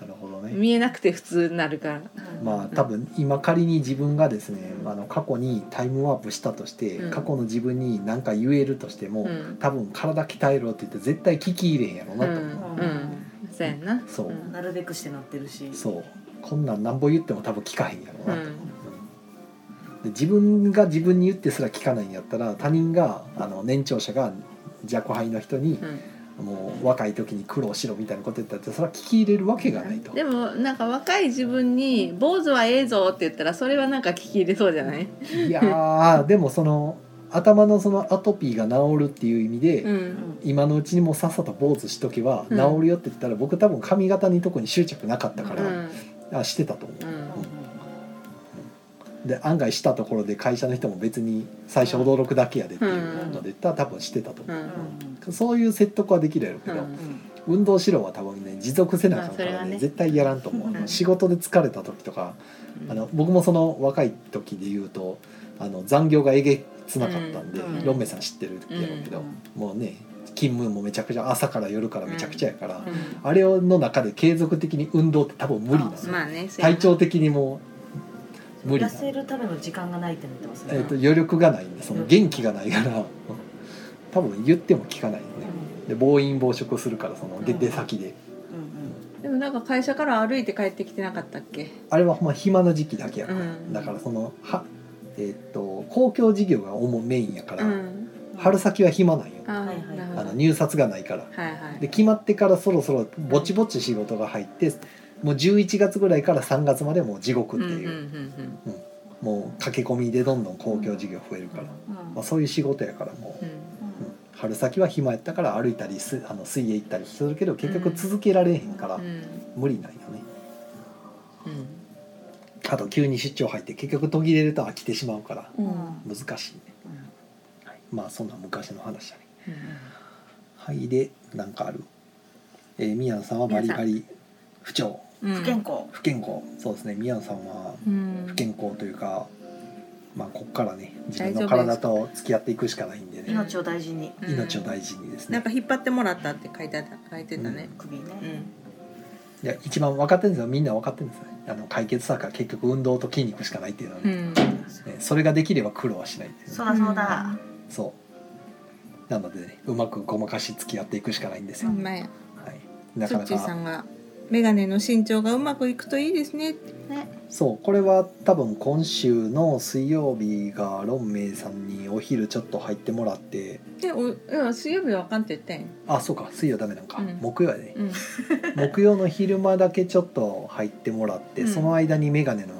Speaker 3: なるほどね
Speaker 1: 見えなくて普通になるから
Speaker 2: うん
Speaker 3: まあ多分今仮に自分がですねあの過去にタイムワープしたとして、
Speaker 1: うん
Speaker 3: 過去の自分に何か言えるとしても、
Speaker 1: うん
Speaker 3: 多分体鍛えろって言って絶対聞き入れへんやろ
Speaker 1: う
Speaker 3: なと思う、
Speaker 1: んうんそうやんな
Speaker 3: そうん
Speaker 2: なるべくしてなってるし
Speaker 3: そうこんなんなんぼ言っても多分聞かへんやろ
Speaker 1: う
Speaker 3: なと思う、
Speaker 1: ん
Speaker 3: で自分が自分に言ってすら聞かないんやったら他人があの年長者が若輩の人に
Speaker 1: う、ん
Speaker 3: もう若い時に苦労しろみたいなこと言ったってそれは聞き入れるわけがないと、
Speaker 1: でもなんか若い自分に「坊主はええぞ」って言ったらそれはなんか聞き入れそうじゃない、
Speaker 3: いやーでもその頭のそのアトピーが治るっていう意味で、
Speaker 1: うん、
Speaker 3: 今のうちにもうさっさと坊主しとけば
Speaker 1: うん
Speaker 3: 治るよって言ったら、僕多分髪型に特に執着なかったか
Speaker 1: う
Speaker 3: ら、
Speaker 1: ん
Speaker 3: あしてたと思う
Speaker 1: う、ん
Speaker 3: で案外したところで会社の人も別に最初驚くだけやでっていうので言ったら多分してたと思う、
Speaker 1: うん
Speaker 3: そういう説得はできるやろうけど、
Speaker 1: うん
Speaker 3: 運動しろは多分ね持続せなあかんか
Speaker 1: まあそ
Speaker 3: ら
Speaker 1: れは
Speaker 3: ね
Speaker 1: ね
Speaker 3: 絶対やらんと思う、
Speaker 1: うん
Speaker 3: 仕事で疲れた時とかあの僕もその若い時で言うとあの残業がえげつなかったんで、
Speaker 2: うん
Speaker 3: ロンメイさん知ってるやろうけど、もうね勤務もめちゃくちゃ朝から夜からめちゃくちゃやから、あれの中で継続的に運動って多分無理なの、
Speaker 1: まあねそうやな
Speaker 3: 体調的にも無理
Speaker 2: 痩
Speaker 3: な
Speaker 2: せるための時間がないってなってます
Speaker 3: え
Speaker 2: ね
Speaker 3: ー、と余力がないんでその元気がないから、うん多分言っても聞かないよねで暴飲暴食するからその出出先で、
Speaker 1: でもなんか会社から歩いて帰ってきてなかったっけ
Speaker 3: あれはほんま暇の時期だけやから、
Speaker 1: うん
Speaker 3: だからそのはえっと公共事業が主メインやから、
Speaker 1: うん
Speaker 3: 春先は暇なんよ、
Speaker 1: あ
Speaker 2: はい
Speaker 1: ー
Speaker 2: はい
Speaker 1: なるほ
Speaker 3: あ
Speaker 1: ど
Speaker 3: の入札がないから
Speaker 1: はいはい
Speaker 3: で決まってからそろそろぼちぼち仕事が入ってもう11月ぐらいから3月までもう地獄って
Speaker 1: うんうん
Speaker 3: いう、
Speaker 1: うん
Speaker 3: もう駆け込みでどんどん公共事業増えるから、まあ、そういう仕事やからもう
Speaker 1: うんうん
Speaker 3: うん春先は暇やったから歩いたりすあの水泳行ったりするけど結局続けられへんから
Speaker 1: うん
Speaker 3: 無理なんよね
Speaker 1: うん
Speaker 3: あと急に出張入って結局途切れると飽きてしまうから
Speaker 1: うん
Speaker 3: 難しいね、はい、まあそんな昔の話だねはいでなんかあるえー、宮野さんはバリバリ不調
Speaker 1: うん
Speaker 2: 不健康
Speaker 3: 不健康そうですね宮野さんは
Speaker 1: うん
Speaker 3: 不健康というかまあこっからね自
Speaker 1: 大
Speaker 3: 分
Speaker 1: 丈
Speaker 3: の
Speaker 1: 夫です
Speaker 3: 体と付き合っていくしかないんでね
Speaker 2: 命を大事に
Speaker 1: うん
Speaker 3: 命を大事にです
Speaker 1: な
Speaker 3: ね
Speaker 1: んか引っ張ってもらったって書いてあった書いてたね
Speaker 2: 首
Speaker 1: うん
Speaker 2: ね
Speaker 3: いや一番分かってるんですよみんな分かってるんですよねあの解決策は結局運動と筋肉しかないっていうのは
Speaker 1: う
Speaker 3: ね、
Speaker 1: ん
Speaker 3: ねそれができれば苦労はしないっていうね
Speaker 2: そうだそうだ
Speaker 3: そうなので、ね、うまくごまかし付き合っていくしかないんです
Speaker 1: ほ
Speaker 3: よ、
Speaker 1: んまや
Speaker 3: はい、な
Speaker 1: チ
Speaker 3: か
Speaker 1: ッ
Speaker 3: な
Speaker 1: チーさ
Speaker 3: か
Speaker 1: んがメガネの身長がうまくいくといいですねね
Speaker 3: そうこれは多分今週の水曜日がロンメイさんにお昼ちょっと入ってもらって
Speaker 1: でおいや水曜日はあかんって言ったんや
Speaker 3: あそうか水曜ダメなん
Speaker 1: う
Speaker 3: か、
Speaker 1: ん
Speaker 3: 木曜やね
Speaker 1: うん
Speaker 3: 木曜の昼間だけちょっと入ってもらって、
Speaker 1: うん
Speaker 3: その間にメガネの、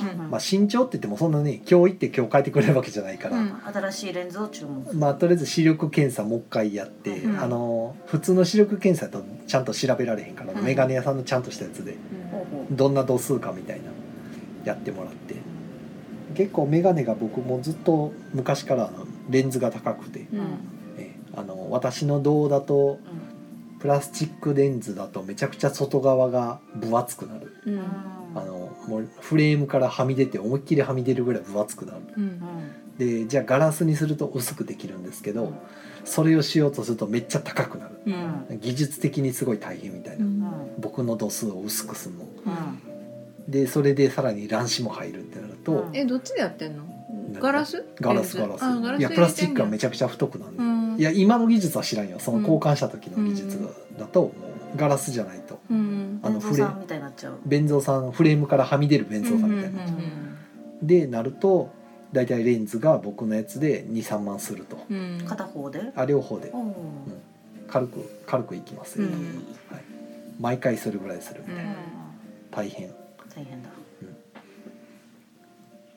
Speaker 1: うん
Speaker 3: まあ、身長って言ってもそんなね今日行って今日帰ってくれるわけじゃないから、
Speaker 1: うん
Speaker 2: 新しいレンズを注文する
Speaker 3: まあ、とりあえず視力検査もう一回やって、
Speaker 1: うん
Speaker 3: あの普通の視力検査だとちゃんと調べられへんから、
Speaker 1: うん
Speaker 3: メガネ屋さんのちゃんとしたやつで
Speaker 2: ほうほう
Speaker 3: どんな度数かみたいなやってもらって結構メガネが僕もずっと昔からあのレンズが高くて、
Speaker 1: うん
Speaker 2: うん
Speaker 3: えあの私の銅だとプラスチックレンズだとめちゃくちゃ外側が分厚くなる、
Speaker 1: うんう
Speaker 2: うん
Speaker 1: ん
Speaker 3: あのもうフレームからはみ出て思いっきりはみ出るぐらい分厚くなる
Speaker 1: う
Speaker 2: うんん
Speaker 3: でじゃあガラスにすると薄くできるんですけど、それをしようとするとめっちゃ高くなる
Speaker 1: う
Speaker 2: うん
Speaker 1: ん
Speaker 3: 技術的にすごい大変みたいな、
Speaker 2: うん
Speaker 3: 僕の度数を薄くするの
Speaker 2: うん
Speaker 3: でそれでさらに乱視も入るってなると、
Speaker 2: うん
Speaker 1: えどっちでやってんのガラス
Speaker 3: ガラスガラス
Speaker 1: あガラス
Speaker 3: いやプラスチックはめ
Speaker 1: ち
Speaker 3: ちゃくちゃ太くなる、
Speaker 1: う
Speaker 3: ね
Speaker 1: ん
Speaker 3: いや今の技術は知らんよその交換した時の技術だと、もうガラスじゃないと
Speaker 1: うん
Speaker 3: あの
Speaker 2: お
Speaker 3: フ
Speaker 2: 父
Speaker 3: レ
Speaker 2: さんみたいになっちゃう
Speaker 3: ベンゾーさんフレームからはみ出るベンゾーさんみたいな、
Speaker 1: うん
Speaker 2: うん
Speaker 3: でなると大体レンズが僕のやつで23万すると、
Speaker 1: うん
Speaker 2: 片方で
Speaker 3: あ両方で
Speaker 2: おう
Speaker 3: 軽く軽くいきます
Speaker 1: う
Speaker 3: よ、
Speaker 1: ん
Speaker 3: はい、毎回それぐらいするみたいな、
Speaker 1: うん
Speaker 3: 大変
Speaker 2: 大変だ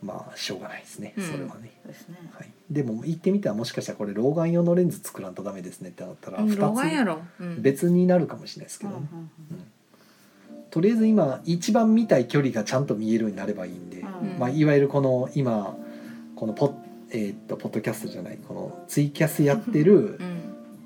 Speaker 3: まあしょうがないですね、
Speaker 1: うん
Speaker 3: それはね
Speaker 2: そうですね
Speaker 3: はい、でも行ってみたらもしかしたらこれ老眼用のレンズ作らんとダメですねってなったら
Speaker 1: うん老眼や
Speaker 3: 2
Speaker 1: ろうん
Speaker 3: つ別になるかもしれないですけど、ね
Speaker 2: う
Speaker 3: とりあえず今一番見たい距離がちゃんと見えるようになればいいんで、
Speaker 2: ん
Speaker 3: まあ、いわゆるこの今このポッ,、えーっとポッドキャストじゃないこのツイキャスやってる
Speaker 1: うん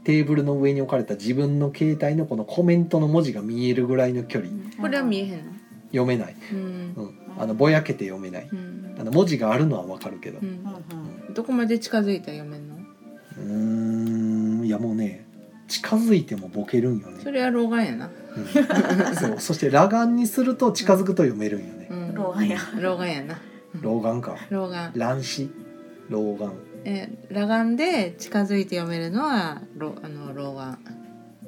Speaker 3: テーブルの上に置かれた自分の携帯のこのコメントの文字が見えるぐらいの距離
Speaker 1: これは見えへんの
Speaker 3: 読めない、
Speaker 1: うん
Speaker 3: うん、あのぼやけて読めない
Speaker 1: うん
Speaker 3: あの文字があるのはわかるけど
Speaker 1: う
Speaker 3: うん
Speaker 2: うん
Speaker 1: どこまで近づいたら読めんの
Speaker 3: ーんいやもうね近づいてもボケるんよね
Speaker 1: それは老眼やな
Speaker 3: うん そうそして裸眼にすると近づくと読めるんよね
Speaker 1: う
Speaker 2: うんん老眼や
Speaker 1: 老眼やな
Speaker 3: 老眼か
Speaker 1: 老眼
Speaker 3: 乱視老眼
Speaker 1: え裸眼で近づいて読めるのは老あの老眼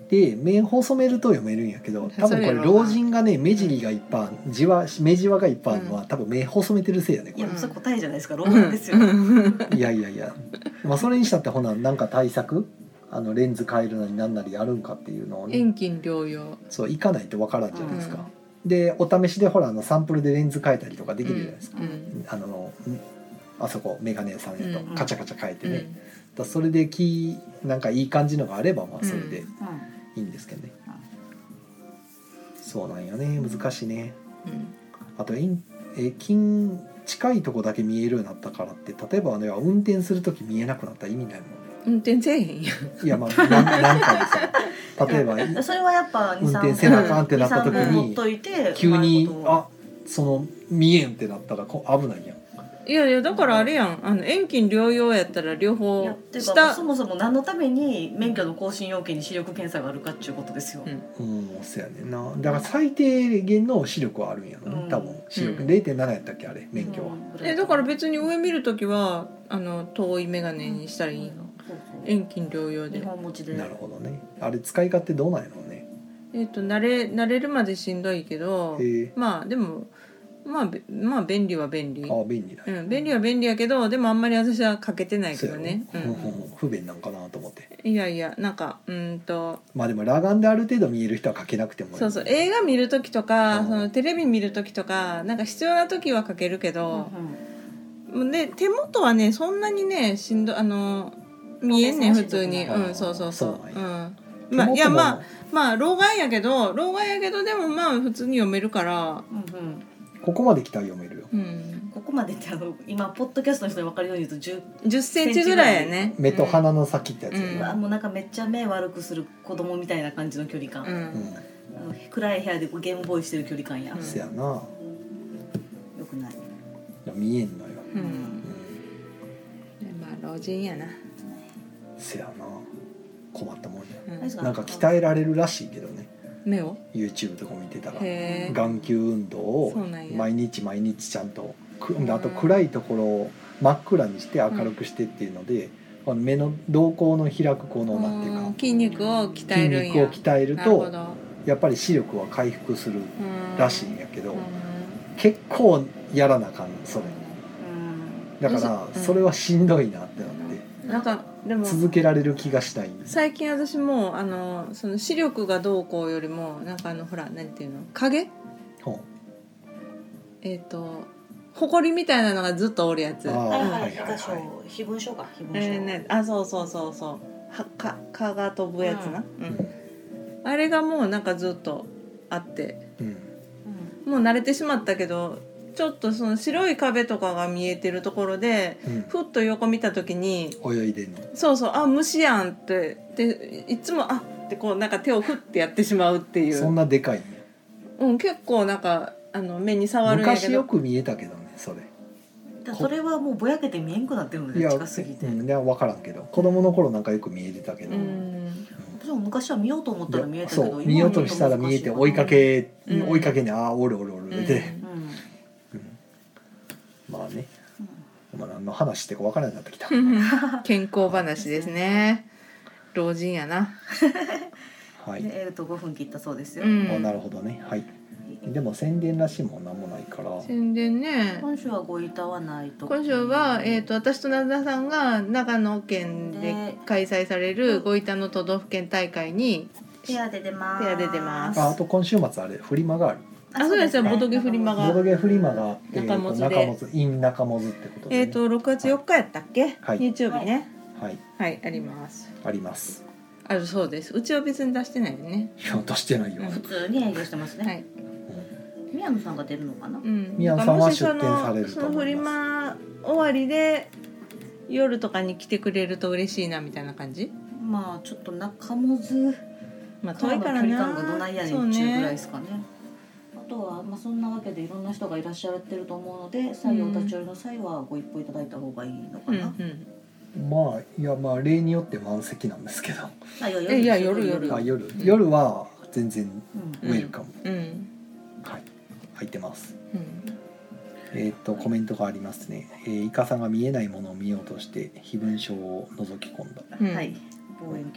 Speaker 3: で目細めると読めるんやけど多分こ
Speaker 1: そ
Speaker 3: れ
Speaker 1: れ老眼
Speaker 3: 老人がね目尻がいっぱいあんじわ目じわがいっぱいあるのは、多分目細めてるせいやねこ
Speaker 2: い
Speaker 3: れ
Speaker 2: やそれ答えじゃないですか老眼ですよ
Speaker 3: いやいやいや、まあ、それにしたってほななんか対策あのレンズ変えるなりなんなりやるんかっていうのをね
Speaker 1: 遠近療養
Speaker 3: そう行かないとわからんじゃないですか、でお試しでほらあのサンプルでレンズ変えたりとかできるじゃないですか、
Speaker 1: うん
Speaker 3: あのんあそこメガネ屋さんやと
Speaker 1: うん
Speaker 3: カチャカチャ変えて
Speaker 1: う
Speaker 3: ね、だか
Speaker 1: ん
Speaker 3: らそれできなんかいい感じのがあればまあそれで
Speaker 2: うん
Speaker 3: いいんですけどね、そうなんよね難しいね
Speaker 1: うん
Speaker 3: あと遠え近近いとこだけ見えるようになったからって例えばね運転する時見えなくなったら意味ないも
Speaker 1: 運転せえへんやん
Speaker 3: ん いやまあななんかでさ例えばい
Speaker 2: それはやっぱ
Speaker 3: 運転せなあかんってなった時
Speaker 1: に
Speaker 2: 持っといて
Speaker 3: 急に
Speaker 2: うまいこと
Speaker 3: あその見えんってなったらこう危ないやん
Speaker 1: いやいやだからあれやんあの遠近療養やったら両
Speaker 2: い
Speaker 1: 方
Speaker 2: やっていうか
Speaker 1: 下
Speaker 2: そもそも何のために免許の更新要件に視力検査があるかっていうことですよ、
Speaker 1: うん
Speaker 3: うんそやねんなだから最低限の視力はあるんやろね、
Speaker 2: うん
Speaker 3: 多分視力、
Speaker 1: うん
Speaker 3: 0.7やったっけあれ免許は、
Speaker 1: えだから別に上見るときはあの遠い眼鏡にしたらいいの
Speaker 2: そうそう
Speaker 1: 遠近療養
Speaker 2: 日
Speaker 1: で
Speaker 2: 本持ちで
Speaker 3: なるほどねあれ使い勝手どうなんやろうね
Speaker 1: えっと慣れ慣れるまでしんどいけど
Speaker 3: へえ
Speaker 1: まあでもまあべまあ便利は便利
Speaker 3: あ便利だ、
Speaker 1: うん、便利は便利やけどでもあんまり私はかけてないけどね
Speaker 3: そうやろうんうん不便なんかなと思って
Speaker 1: うん、いやいやなんかうーんと
Speaker 3: まあでも裸眼である程度見える人は書けなくても
Speaker 1: そうそう映画見る時とか
Speaker 3: うん
Speaker 1: そのテレビ見る時とかなんか必要な時はかけるけ
Speaker 2: うんう
Speaker 1: ど、
Speaker 2: ん
Speaker 1: で手元はねそんなにねしんどあの見えんねん
Speaker 2: あね
Speaker 1: 普通に
Speaker 2: 忙
Speaker 3: しい時
Speaker 1: うんそうそうそう
Speaker 3: そう
Speaker 1: う
Speaker 3: なん
Speaker 1: ん
Speaker 3: 手元
Speaker 1: まあ
Speaker 3: も
Speaker 1: いやまあまあ老眼やけど老眼やけどでもまあ普通に読めるから
Speaker 2: うんうん
Speaker 3: ここまで来たら読めるよ
Speaker 1: うん
Speaker 2: ここまでってあの今ポッドキャストの人に分かるように言うと10、
Speaker 1: 10センチぐらいやね
Speaker 3: 目と鼻の先ってやつや
Speaker 1: うん
Speaker 2: うわ
Speaker 3: ね
Speaker 2: もうなんかめっちゃ目悪くする子供みたいな感じの距離
Speaker 1: う、
Speaker 2: 感、
Speaker 3: うんん
Speaker 2: あの暗い部屋でゲームボーイしてる距離感や、
Speaker 1: うん
Speaker 3: せやな
Speaker 2: よくない、
Speaker 3: いや見えんのよ、
Speaker 1: うん
Speaker 3: うん、
Speaker 1: でまあ老人やな
Speaker 3: せやな困ったもんや
Speaker 1: うん
Speaker 2: 何ですか
Speaker 3: なんか鍛えられるらしいけどね
Speaker 1: 目を
Speaker 3: YouTube とか見てたら
Speaker 1: へえ
Speaker 3: 眼球運動
Speaker 1: そ
Speaker 3: を
Speaker 1: うなんや
Speaker 3: 毎日毎日ちゃんとく
Speaker 1: うん
Speaker 3: あと暗いところを真っ暗にして明るくしてっていうので、この目の動向の開くこのなんていう
Speaker 1: うん
Speaker 3: か
Speaker 1: 筋肉を鍛
Speaker 3: 筋
Speaker 1: えるんや
Speaker 3: 肉を鍛える
Speaker 1: なるほ
Speaker 3: と
Speaker 1: ど
Speaker 3: やっぱり視力は回復する
Speaker 1: うん
Speaker 3: らしいんやけど、
Speaker 1: うん
Speaker 3: 結構やらなあかんそれだか
Speaker 1: う
Speaker 3: ら
Speaker 1: ん
Speaker 3: それはしんどいなってなって
Speaker 1: なんかでも
Speaker 3: 続けられる気がしたい
Speaker 1: 最近私もうあのその視力がどうこうよりもなんかあのほらなんていうの影
Speaker 3: ほ
Speaker 1: えっ、と埃みたいなのがずっとおるやつ
Speaker 3: あ
Speaker 2: う
Speaker 3: ー
Speaker 2: んはいはい
Speaker 3: はいはいはい
Speaker 2: 非分症非分症か非分症、
Speaker 1: えーね、あそうそうそうそうはか蚊が飛ぶやつな、う
Speaker 3: う、うんん
Speaker 1: あれがもうなんかずっとあって
Speaker 3: うん
Speaker 2: うん
Speaker 1: もう慣れてしまったけどちょっとその白い壁とかが見えてるところでふっと横見た時に
Speaker 3: うん、泳いでんの
Speaker 1: そうそうあ虫やんってでいつもあってこうなんか手をふってやってしまうってい
Speaker 3: そん
Speaker 1: う、
Speaker 3: なでかいんや
Speaker 1: うん、結構なんかあの目に触るんやけ
Speaker 3: 昔よ
Speaker 1: ど
Speaker 3: く見えたけどねそれ
Speaker 2: だからそれはもうぼやけて見えんくなってるの
Speaker 3: い
Speaker 2: で
Speaker 3: や
Speaker 2: 近すぎて、
Speaker 3: うん、いや分からんけど子供の頃なんかよく見えてたけど、
Speaker 1: う
Speaker 3: うん
Speaker 1: ん
Speaker 2: 私も昔は見ようと思ったら見えたけど
Speaker 3: そう
Speaker 2: 今
Speaker 3: 見ようとしたら見えて追いかけ、
Speaker 1: うん
Speaker 3: 追いかけにああおるおるおる
Speaker 1: うん
Speaker 3: で、
Speaker 2: うん、うん
Speaker 3: うんまあね、まあ、何の話してか分からなくなってきた
Speaker 1: 健康話ですね老人やな
Speaker 3: はい、
Speaker 2: でえー、と5分切ったそうですよ、
Speaker 1: うん
Speaker 3: あなるほどねはいでも宣伝らしいもんなんもないから
Speaker 1: 宣伝ね
Speaker 2: 今週はごいたわないと
Speaker 1: 今週は、えー、と私と奈田さんが長野県で開催されるごいたの都道府県大会に
Speaker 2: ペアで出ます
Speaker 1: ペアで出ます
Speaker 3: ああと今週末あれフリマがある
Speaker 1: あそうですよボドゲフリマ
Speaker 3: ボ
Speaker 1: が
Speaker 3: ードゲーフリマがあって
Speaker 1: 中
Speaker 3: 本
Speaker 1: 本で
Speaker 3: 中本 in 中本ってことで、ね
Speaker 1: えー、と6月4日やったっけ、
Speaker 3: はい
Speaker 1: 日曜日ね
Speaker 3: はい
Speaker 1: はい、あります
Speaker 3: あります
Speaker 1: あるそうですうちは別に出してないよね
Speaker 3: いや出してないよ、
Speaker 1: うん
Speaker 2: 普通に営業してますね、
Speaker 1: はい、
Speaker 3: うん
Speaker 2: 宮野さんが出るのかな、
Speaker 1: うん、
Speaker 3: 宮野さんは
Speaker 1: もしその
Speaker 3: 出店されると思います
Speaker 1: そのフリマ終わりで夜とかに来てくれると嬉しいなみたいな感じ
Speaker 2: まあちょっと中本ず
Speaker 1: まあ遠いから
Speaker 2: 距離
Speaker 1: な
Speaker 2: 感がどないやね
Speaker 1: そうん
Speaker 2: っちゅうぐらいで
Speaker 1: ね
Speaker 2: すかねあとは、まあ、そんなわけでいろんな人がいらっしゃってると思うので採用お立ち寄りの際はご一報いただいた方がいいのか
Speaker 1: うんう
Speaker 2: な、
Speaker 1: ん
Speaker 3: まあいやまあ例によって満席なんですけど
Speaker 2: あ夜
Speaker 1: いや夜夜
Speaker 3: あ
Speaker 2: うん
Speaker 3: 夜、夜は全然ウ
Speaker 1: うん
Speaker 3: ェルカム、
Speaker 1: うん
Speaker 3: はい入ってます
Speaker 1: うん
Speaker 3: えーっとコメントがありますね、えーイカさんが見えないものを見ようとして非文章を覗き込んだ
Speaker 1: うん
Speaker 2: はい望遠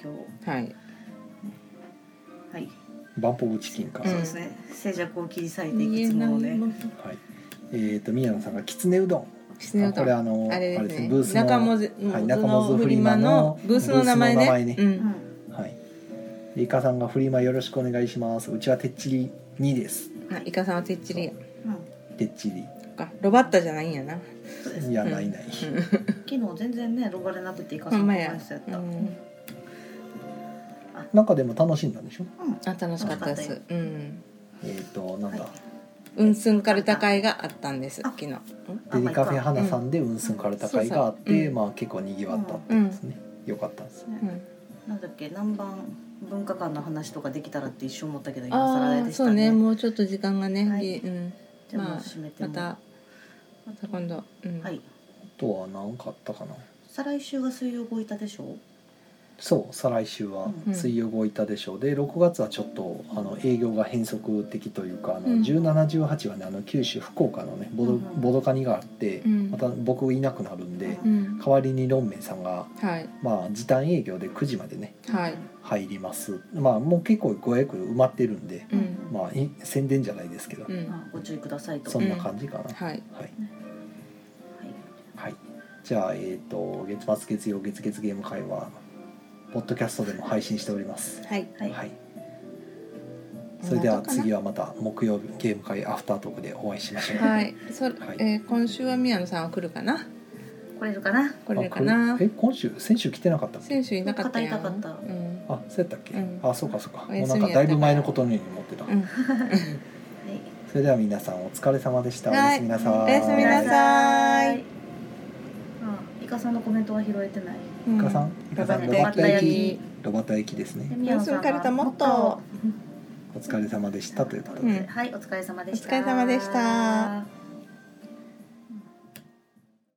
Speaker 2: 鏡
Speaker 1: はい
Speaker 2: はい
Speaker 3: バンポブチキンから、
Speaker 1: うん
Speaker 2: そうですね静寂を切り裂いていくつものね
Speaker 3: はいえーっと宮野さんがきつねうどん
Speaker 1: きつねうど
Speaker 3: あこ
Speaker 1: ん
Speaker 3: れあの
Speaker 1: あれ
Speaker 3: あ
Speaker 1: ですね
Speaker 3: ブースの
Speaker 1: 中もず
Speaker 3: はい
Speaker 1: 中
Speaker 3: 中本
Speaker 1: 本
Speaker 3: フ
Speaker 1: フ
Speaker 3: リ
Speaker 1: リ
Speaker 3: マ
Speaker 1: マ
Speaker 3: の
Speaker 1: のブースの名前ね
Speaker 3: ブースの名前ね
Speaker 1: う
Speaker 2: うんん
Speaker 3: はいイカさんがフリマよろしくお願いしますうちはてっちり2です
Speaker 1: あイカさんはてっちりや
Speaker 2: うん
Speaker 3: てっちり
Speaker 1: かロバッタじゃないんやな
Speaker 2: そうです
Speaker 3: いやないない、
Speaker 2: 昨日全然ね呼ばれなくてイカ
Speaker 1: ほ
Speaker 2: さ
Speaker 1: ん
Speaker 2: んの
Speaker 1: まや
Speaker 2: 話やった、
Speaker 1: うん
Speaker 3: なんかでも楽しんだんでしょ
Speaker 1: あ楽しかったですうん
Speaker 3: えーっとなんだ、
Speaker 2: は
Speaker 1: うんすんかるた会があったんです
Speaker 2: あ
Speaker 1: 昨日
Speaker 3: デリカフェ花さんでうんすんから高いがあって、まあ結構にぎわったってですね、良かったです
Speaker 1: う
Speaker 2: ね
Speaker 1: ん
Speaker 2: なんだっけ南蛮文化館の話とかできたらって一瞬思ったけど今
Speaker 1: あ
Speaker 2: 更
Speaker 1: あ
Speaker 2: でし
Speaker 1: そ
Speaker 2: た
Speaker 1: う
Speaker 2: ね
Speaker 1: ねもうちょっと時間が
Speaker 2: は
Speaker 1: ね
Speaker 2: い
Speaker 1: うん
Speaker 2: じゃあもう
Speaker 1: まあ
Speaker 2: 閉めて
Speaker 1: ま
Speaker 2: も
Speaker 1: たまた今度うん
Speaker 2: はい
Speaker 3: あとは何かあったかな
Speaker 2: 再来週が水曜ごいたでしょ
Speaker 3: そう再来週は
Speaker 1: うん
Speaker 3: 水曜ごいたでしょう、で6月はちょっとあの営業が変則的というかあの、
Speaker 1: うん
Speaker 3: 1718はねあの九州福岡のねボド,、
Speaker 2: うんうん
Speaker 3: ボドカニがあって、
Speaker 1: うん
Speaker 3: また僕いなくなるんで、
Speaker 2: うん
Speaker 1: うん
Speaker 3: 代わりにロンメイさんが、
Speaker 1: はい
Speaker 3: まあ、時短営業で9時までね
Speaker 1: はい
Speaker 3: 入りますまあもう結構ご予約埋まってるんで、
Speaker 1: うん
Speaker 3: まあい宣伝じゃないですけど、
Speaker 1: う
Speaker 2: ま
Speaker 1: ん
Speaker 2: あご注意くださいと
Speaker 3: そ
Speaker 2: は
Speaker 3: ん
Speaker 2: い
Speaker 3: な感じかな、
Speaker 1: はい
Speaker 3: はいはい、じゃあ、えー、と月末月曜月月ゲーム会はポッドキャストでも配信しております。
Speaker 1: はい
Speaker 2: はい
Speaker 3: はい、
Speaker 1: こんな
Speaker 3: それでは
Speaker 1: とこかな
Speaker 3: 次はまた木曜日ゲーム会アフタートークでお会いしましょう。
Speaker 1: はいそえ
Speaker 3: はい
Speaker 1: ー今週は宮野さんは来るかな
Speaker 2: 来れるかな
Speaker 1: 来れるか
Speaker 3: あ
Speaker 1: な
Speaker 3: これえ今週先週来てなかったっけ
Speaker 1: 選手いなかったやん
Speaker 2: 肩痛かった
Speaker 1: うん
Speaker 3: あそうやったっけ、
Speaker 1: うん
Speaker 3: あそうかそうか
Speaker 1: お
Speaker 3: もう
Speaker 1: 休み
Speaker 3: な
Speaker 1: やっ
Speaker 3: んか
Speaker 1: た
Speaker 3: だいぶ前のことのように思ってた、
Speaker 1: うん
Speaker 2: はい
Speaker 3: それでは皆さんお疲れ様でした、
Speaker 1: はい
Speaker 3: おやすみなさーい
Speaker 1: おやすみなさーい
Speaker 2: うんイカさんのコメントは拾えてない
Speaker 1: うん
Speaker 3: イカさんイカさ
Speaker 1: ロ
Speaker 3: んロ
Speaker 1: バ
Speaker 3: バ
Speaker 1: ッタ
Speaker 3: ッタ
Speaker 1: 焼
Speaker 3: 焼
Speaker 1: き
Speaker 3: きロバッタ焼きです
Speaker 2: で
Speaker 3: ね
Speaker 2: 宮野さん
Speaker 1: 休みか
Speaker 2: が
Speaker 1: らたもっと
Speaker 3: お疲れ様でしたということで、
Speaker 1: うん
Speaker 2: はいお疲れ様でした
Speaker 1: お疲れ様でした